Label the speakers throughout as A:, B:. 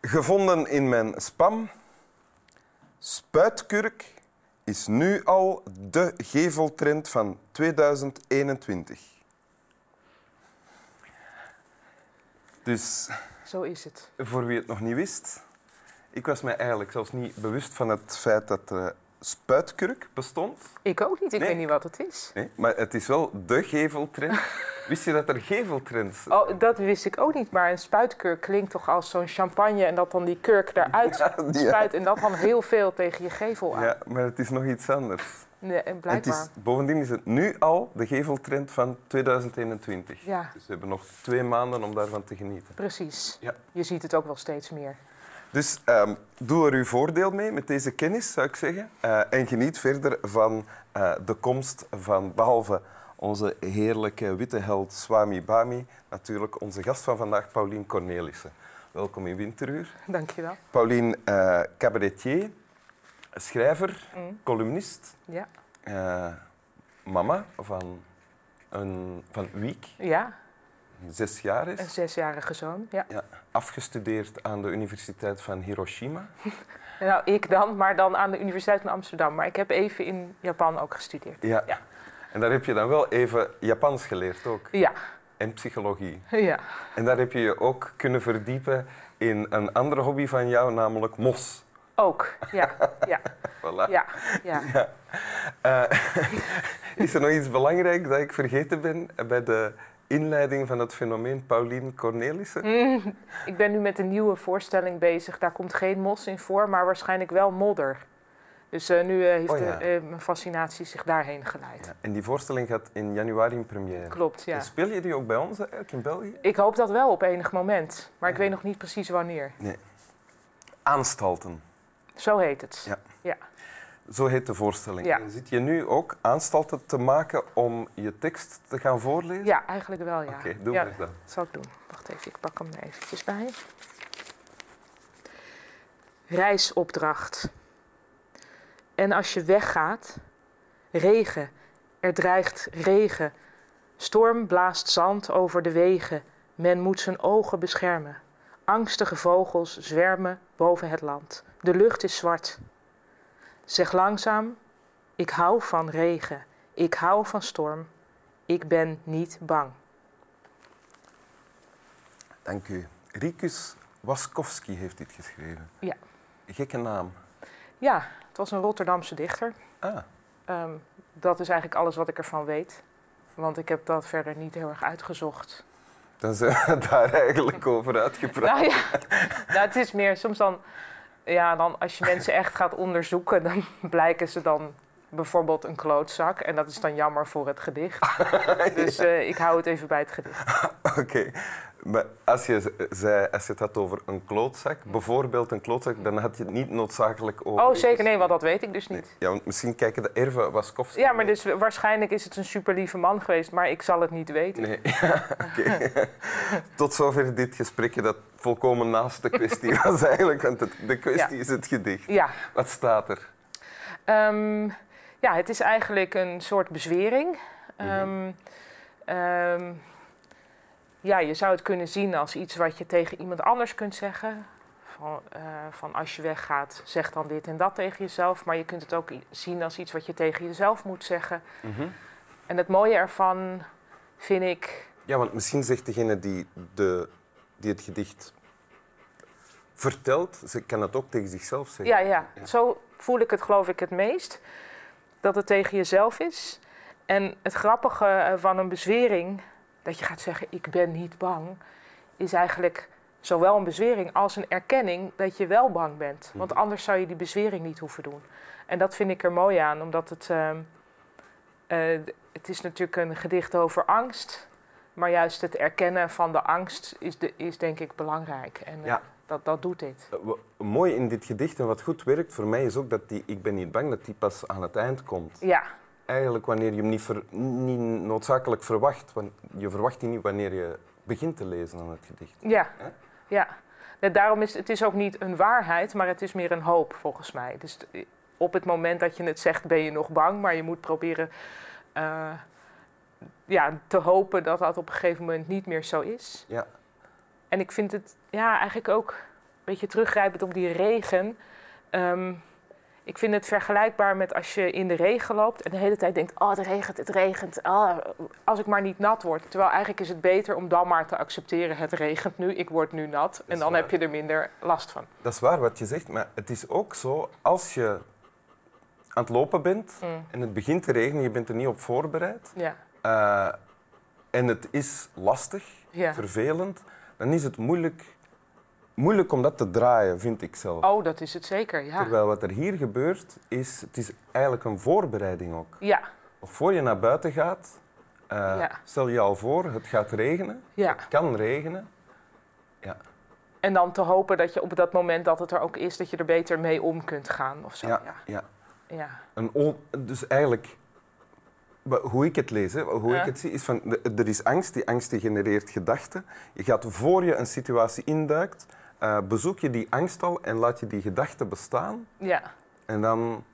A: Gevonden in mijn spam. Spuitkurk is nu al de geveltrend van 2021. Dus
B: Zo is het.
A: voor wie het nog niet wist, ik was mij eigenlijk zelfs niet bewust van het feit dat er spuitkurk bestond.
B: Ik ook niet. Ik
A: Nee.
B: weet niet wat het is.
A: Nee, maar het is wel de geveltrend. Wist je dat er geveltrends zijn?
B: Oh, dat wist ik ook niet. Maar een spuitkurk klinkt toch als zo'n champagne en dat dan die kurk eruit
A: die-
B: spuit en dat dan heel veel tegen je gevel aan.
A: Ja, maar het is nog iets anders.
B: Nee, en
A: En het
B: blijkbaar.
A: is- bovendien is het nu al de geveltrend van 2021.
B: Ja,
A: Dus we hebben nog twee maanden om daarvan te genieten.
B: precies.
A: Ja.
B: Je ziet het ook wel steeds meer.
A: Dus ehm, doe er uw voordeel mee met deze kennis, zou ik zeggen. Eh, en geniet verder van eh, de komst van, behalve onze heerlijke witte held Swami Bami, natuurlijk onze gast van vandaag, Paulien Cornelissen. Welkom in Winteruur.
B: Dankjewel.
A: Paulien, eh, cabaretier, schrijver,
B: Mm.
A: columnist,
B: Ja.
A: eh, mama van, een, van Wiek,
B: ja,
A: die zes jaar
B: een
A: is.
B: zesjarige zoon. Ja.
A: Afgestudeerd aan de Universiteit van Hiroshima.
B: Nou, ik dan, maar dan aan de Universiteit van Amsterdam. Maar ik heb even in Japan ook gestudeerd.
A: Ja.
B: Ja.
A: En daar heb je dan wel even Japans geleerd ook.
B: Ja,
A: En psychologie.
B: ja.
A: En daar heb je je ook kunnen verdiepen in een andere hobby van jou, namelijk mos.
B: ook. Ja, ja,
A: Voilà.
B: ja. ja.
A: Ja. Eh, is er nog iets belangrijk dat ik vergeten ben bij de inleiding van het fenomeen Paulien Cornelissen?
B: Mm, ik ben nu met een nieuwe voorstelling bezig. Daar komt geen mos in voor, maar waarschijnlijk wel modder. Dus eh, nu eh, heeft
A: Oh,
B: de-
A: ja.
B: eh, mijn fascinatie zich daarheen geleid.
A: Ja. En die voorstelling gaat in januari in première.
B: Klopt, ja.
A: En speel je die ook bij ons eigenlijk in België?
B: Ik hoop dat wel op enig moment, maar ik
A: Ja.
B: weet nog niet precies wanneer.
A: Aanstalten.
B: Zo heet het.
A: Ja. Zo heet de voorstelling.
B: Ja.
A: En zit je nu ook aanstalten te maken om je tekst te gaan voorlezen?
B: Ja, eigenlijk wel, ja.
A: Oké, doe
B: ja,
A: maar dan.
B: Dat zal ik doen. Wacht even, ik pak hem er eventjes bij. Reisopdracht. En als je weggaat, regen. Er dreigt regen. Storm blaast zand over de wegen. Men moet zijn ogen beschermen. Angstige vogels zwermen boven het land. De lucht is zwart. Zeg langzaam: Ik hou van regen. Ik hou van storm. Ik ben niet bang.
A: Dank u. Rikus Waskowski heeft dit geschreven.
B: Ja.
A: Gekke naam.
B: Ja, het was een Rotterdamse dichter.
A: Ah,
B: Ehm, dat is eigenlijk alles wat ik ervan weet. Want ik heb dat verder niet heel erg uitgezocht.
A: dan zijn we eh, daar eigenlijk over uitgepraat.
B: Nou ja, nou, het is meer soms dan, ja, dan als je mensen echt gaat onderzoeken, dan blijken ze dan bijvoorbeeld een klootzak. En dat is dan jammer voor het gedicht. Dus eh, ik hou het even bij het gedicht.
A: Oké. Maar als je, z- zei, als je het had over een klootzak, bijvoorbeeld een klootzak, dan had je het niet noodzakelijk over...
B: Oh,
A: Rikus.
B: zeker nee, want dat weet ik dus
A: Nee.
B: niet.
A: Ja, want misschien kijken de erven Waskowski...
B: Ja, maar dus waarschijnlijk is het een superlieve man geweest, maar ik zal het niet weten.
A: Nee, oké. Tot zover dit gesprekje dat volkomen naast de kwestie was eigenlijk, want het- de kwestie is het gedicht.
B: Ja,
A: Wat staat er?
B: Ehm, ja, het is eigenlijk een soort bezwering. Ehm, ehm, ja, je zou het kunnen zien als iets wat je tegen iemand anders kunt zeggen. Van, eh, van als je weggaat, zeg dan dit en dat tegen jezelf. Maar je kunt het ook i- zien als iets wat je tegen jezelf moet zeggen. En het mooie ervan vind ik.
A: Ja, want misschien zegt degene die, de, die het gedicht vertelt, ze kan het ook tegen zichzelf zeggen.
B: Ja, ja, zo voel ik het geloof ik het meest. Dat het tegen jezelf is. En het grappige eh, van een bezwering, dat je gaat zeggen ik ben niet bang, is eigenlijk zowel een bezwering als een erkenning dat je wel bang bent. Want anders zou je die bezwering niet hoeven doen. En dat vind ik er mooi aan, omdat het, ehm, eh, d- het is natuurlijk een gedicht over angst. Maar juist het erkennen van de angst is, de, is denk ik belangrijk. En eh,
A: Ja.
B: dat, dat doet dit.
A: Eh, wa- Mooi in dit gedicht en wat goed werkt voor mij is ook dat die ik ben niet bang, dat die pas aan het eind komt.
B: Ja.
A: Eigenlijk wanneer je hem niet, ver- niet noodzakelijk verwacht, want je verwacht die niet wanneer je begint te lezen aan het gedicht.
B: Ja,
A: Hè?
B: ja. Net daarom is het is ook niet een waarheid, maar het is meer een hoop volgens mij. Dus t- op het moment dat je het zegt, ben je nog bang, maar je moet proberen eh, ja, te hopen dat dat op een gegeven moment niet meer zo is.
A: Ja.
B: En ik vind het ja, eigenlijk ook beetje teruggrijpend op die regen. ehm, ik vind het vergelijkbaar met als je in de regen loopt en de hele tijd denkt: Oh, het regent, het regent. Ah, als ik maar niet nat word. Terwijl eigenlijk is het beter om dan maar te accepteren: Het regent nu, ik word nu nat. En
A: is
B: dan
A: waar.
B: heb je er minder last van.
A: Dat is waar wat je zegt, maar het is ook zo, als je aan het lopen bent
B: Mm,
A: en het begint te regenen, je bent er niet op voorbereid
B: ja,
A: eh, en het is lastig,
B: ja.
A: vervelend, dan is het moeilijk, moeilijk om dat te draaien, vind ik zelf.
B: Oh, dat is het zeker, ja.
A: Terwijl wat er hier gebeurt, is het is eigenlijk een voorbereiding ook.
B: Ja,
A: Of voor je naar buiten gaat, eh,
B: Ja.
A: stel je al voor, het gaat regenen,
B: ja.
A: kan regenen.
B: En dan te hopen dat je op dat moment dat het er ook is, dat je er beter mee om kunt gaan of zo. Ja. ja.
A: ja. Een on- dus eigenlijk, wa- hoe ik het lees, hè, hoe
B: Ja.
A: ik het zie, is van de- er is angst. Die angst die genereert gedachten. Je gaat voor je een situatie induikt, eh, bezoek je die angst al en laat je die gedachte bestaan.
B: Ja.
A: En dan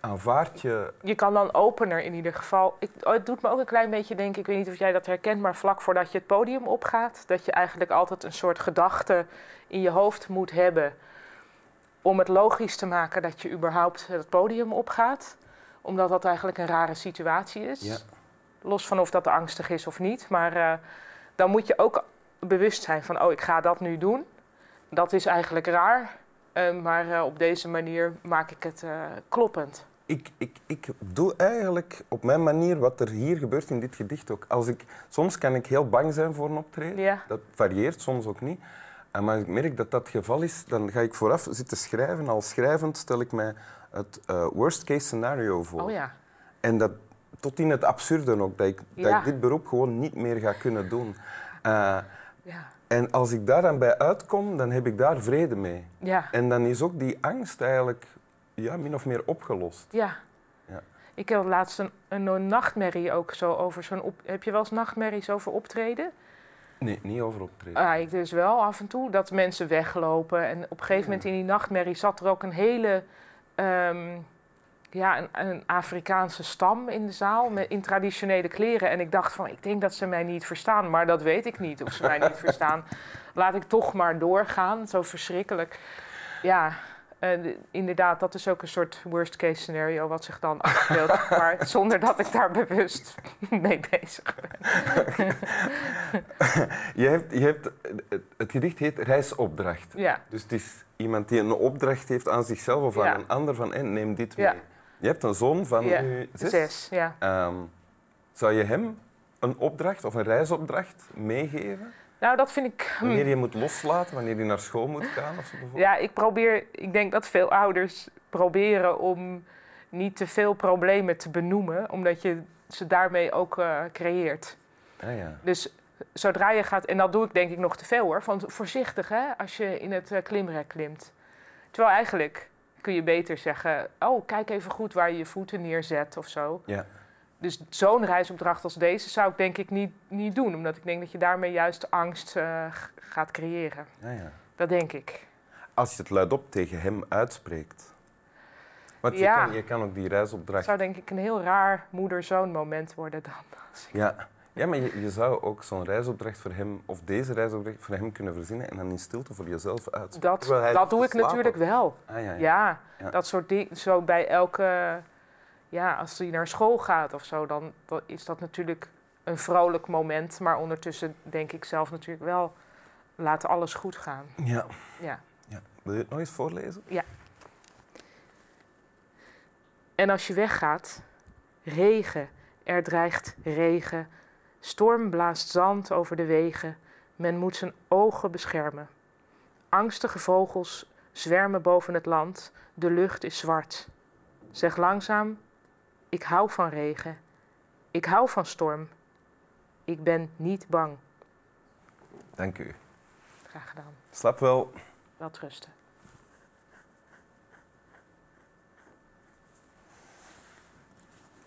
A: aanvaard je.
B: Je kan dan opener in ieder geval. Ik, oh, het doet me ook een klein beetje denken, ik weet niet of jij dat herkent, maar vlak voordat je het podium opgaat, dat je eigenlijk altijd een soort gedachte in je hoofd moet hebben om het logisch te maken dat je überhaupt het podium opgaat. Omdat dat eigenlijk een rare situatie is.
A: Ja.
B: Los van of dat angstig is of niet. Maar eh, dan moet je ook bewust zijn van, oh, ik ga dat nu doen. Dat is eigenlijk raar. Eh, maar eh, op deze manier maak ik het eh, kloppend.
A: Ik, ik, ik doe eigenlijk op mijn manier wat er hier gebeurt in dit gedicht ook. Als ik, soms kan ik heel bang zijn voor een optreden.
B: Ja.
A: Dat varieert soms ook niet. En maar als ik merk dat dat het geval is, dan ga ik vooraf zitten schrijven. Al schrijvend stel ik mij het eh, worst case scenario voor.
B: Oh ja.
A: En dat tot in het absurde ook, dat ik, dat
B: Ja.
A: ik dit beroep gewoon niet meer ga kunnen doen. Eh,
B: Ja.
A: en als ik daar dan bij uitkom, dan heb ik daar vrede mee.
B: Ja.
A: En dan is ook die angst eigenlijk ja, min of meer opgelost.
B: ja.
A: Ja.
B: Ik heb laatst een, een nachtmerrie ook zo over zo'n... Op... Heb je wel eens nachtmerries over optreden?
A: Nee, niet over optreden.
B: Ah, ik dus wel af en toe dat mensen weglopen. En op een gegeven moment in die nachtmerrie zat er ook een hele ehm, ja, een, een Afrikaanse stam in de zaal met, in traditionele kleren. En ik dacht van, ik denk dat ze mij niet verstaan, maar dat weet ik niet of ze mij niet verstaan. Laat ik toch maar doorgaan, zo verschrikkelijk. Ja, eh, de- inderdaad, dat is ook een soort worst case scenario wat zich dan afspeelt. maar zonder dat ik daar bewust mee bezig ben.
A: Je hebt, je hebt, het, het gedicht heet Reisopdracht.
B: Ja,
A: Dus het is iemand die een opdracht heeft aan zichzelf of aan
B: Ja.
A: een ander van "Hey, neem dit mee.
B: Ja.
A: Je hebt een zoon van
B: Ja,
A: nu zes.
B: zes, ja.
A: Ehm, zou je hem een opdracht of een reisopdracht meegeven?
B: Nou, dat vind ik. hmm.
A: Wanneer je moet loslaten, wanneer je naar school moet gaan of zo bijvoorbeeld?
B: Ja, ik probeer. Ik denk dat veel ouders proberen om niet te veel problemen te benoemen, omdat je ze daarmee ook eh, creëert.
A: Ah, ja.
B: Dus zodra je gaat, en dat doe ik denk ik nog te veel hoor, want voorzichtig hè, als je in het eh, klimrek klimt. Terwijl eigenlijk kun je beter zeggen, oh kijk even goed waar je je voeten neerzet of zo.
A: Ja.
B: Dus zo'n reisopdracht als deze zou ik denk ik niet, niet doen, omdat ik denk dat je daarmee juist angst eh, g- gaat creëren.
A: Ah, ja.
B: Dat denk ik.
A: Als je het luidop tegen hem uitspreekt. Want
B: Ja.
A: je, kan, je kan ook die reisopdracht...
B: Het zou denk ik een heel raar moeder-zoon moment worden dan. Als ik-
A: Ja. ja, maar je, je zou ook zo'n reisopdracht voor hem, of deze reisopdracht voor hem kunnen verzinnen en dan in stilte voor jezelf uitspreken.
B: Dat,
A: Terwijl hij
B: dat doe ik
A: geslapen
B: natuurlijk wel.
A: Ah, ja,
B: Ja,
A: ja. Ja.
B: dat soort dingen. Zo bij elke... Ja, als hij naar school gaat of zo, dan, dan is dat natuurlijk een vrolijk moment. Maar ondertussen denk ik zelf natuurlijk wel, laat alles goed gaan.
A: Ja.
B: Ja.
A: Ja. Wil je het nog eens voorlezen?
B: En als je weggaat, regen, er dreigt regen. Storm blaast zand over de wegen. Men moet zijn ogen beschermen. Angstige vogels zwermen boven het land. De lucht is zwart. Zeg langzaam: Ik hou van regen. Ik hou van storm. Ik ben niet bang.
A: Dank u.
B: Graag gedaan.
A: Slap wel.
B: Wel trusten.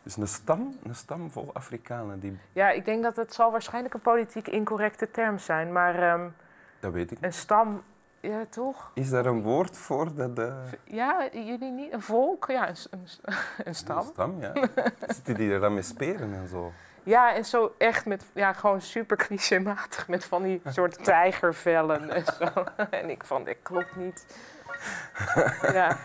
A: Dus een stam, een stam vol Afrikanen, die,
B: Ja, ik denk dat het zal waarschijnlijk een politiek incorrecte term zijn, maar ehm,
A: dat weet ik niet.
B: een stam, ja toch?
A: Is daar een woord voor? Dat, eh,
B: Ja, jullie niet? Een volk? Ja, een, s- een, s- een stam.
A: Een stam, ja. Zitten die er dan met speren en zo?
B: Ja, en zo echt met, ja, gewoon super clichématig met van die soort tijgervellen en zo. En ik van, dit klopt niet. Ja.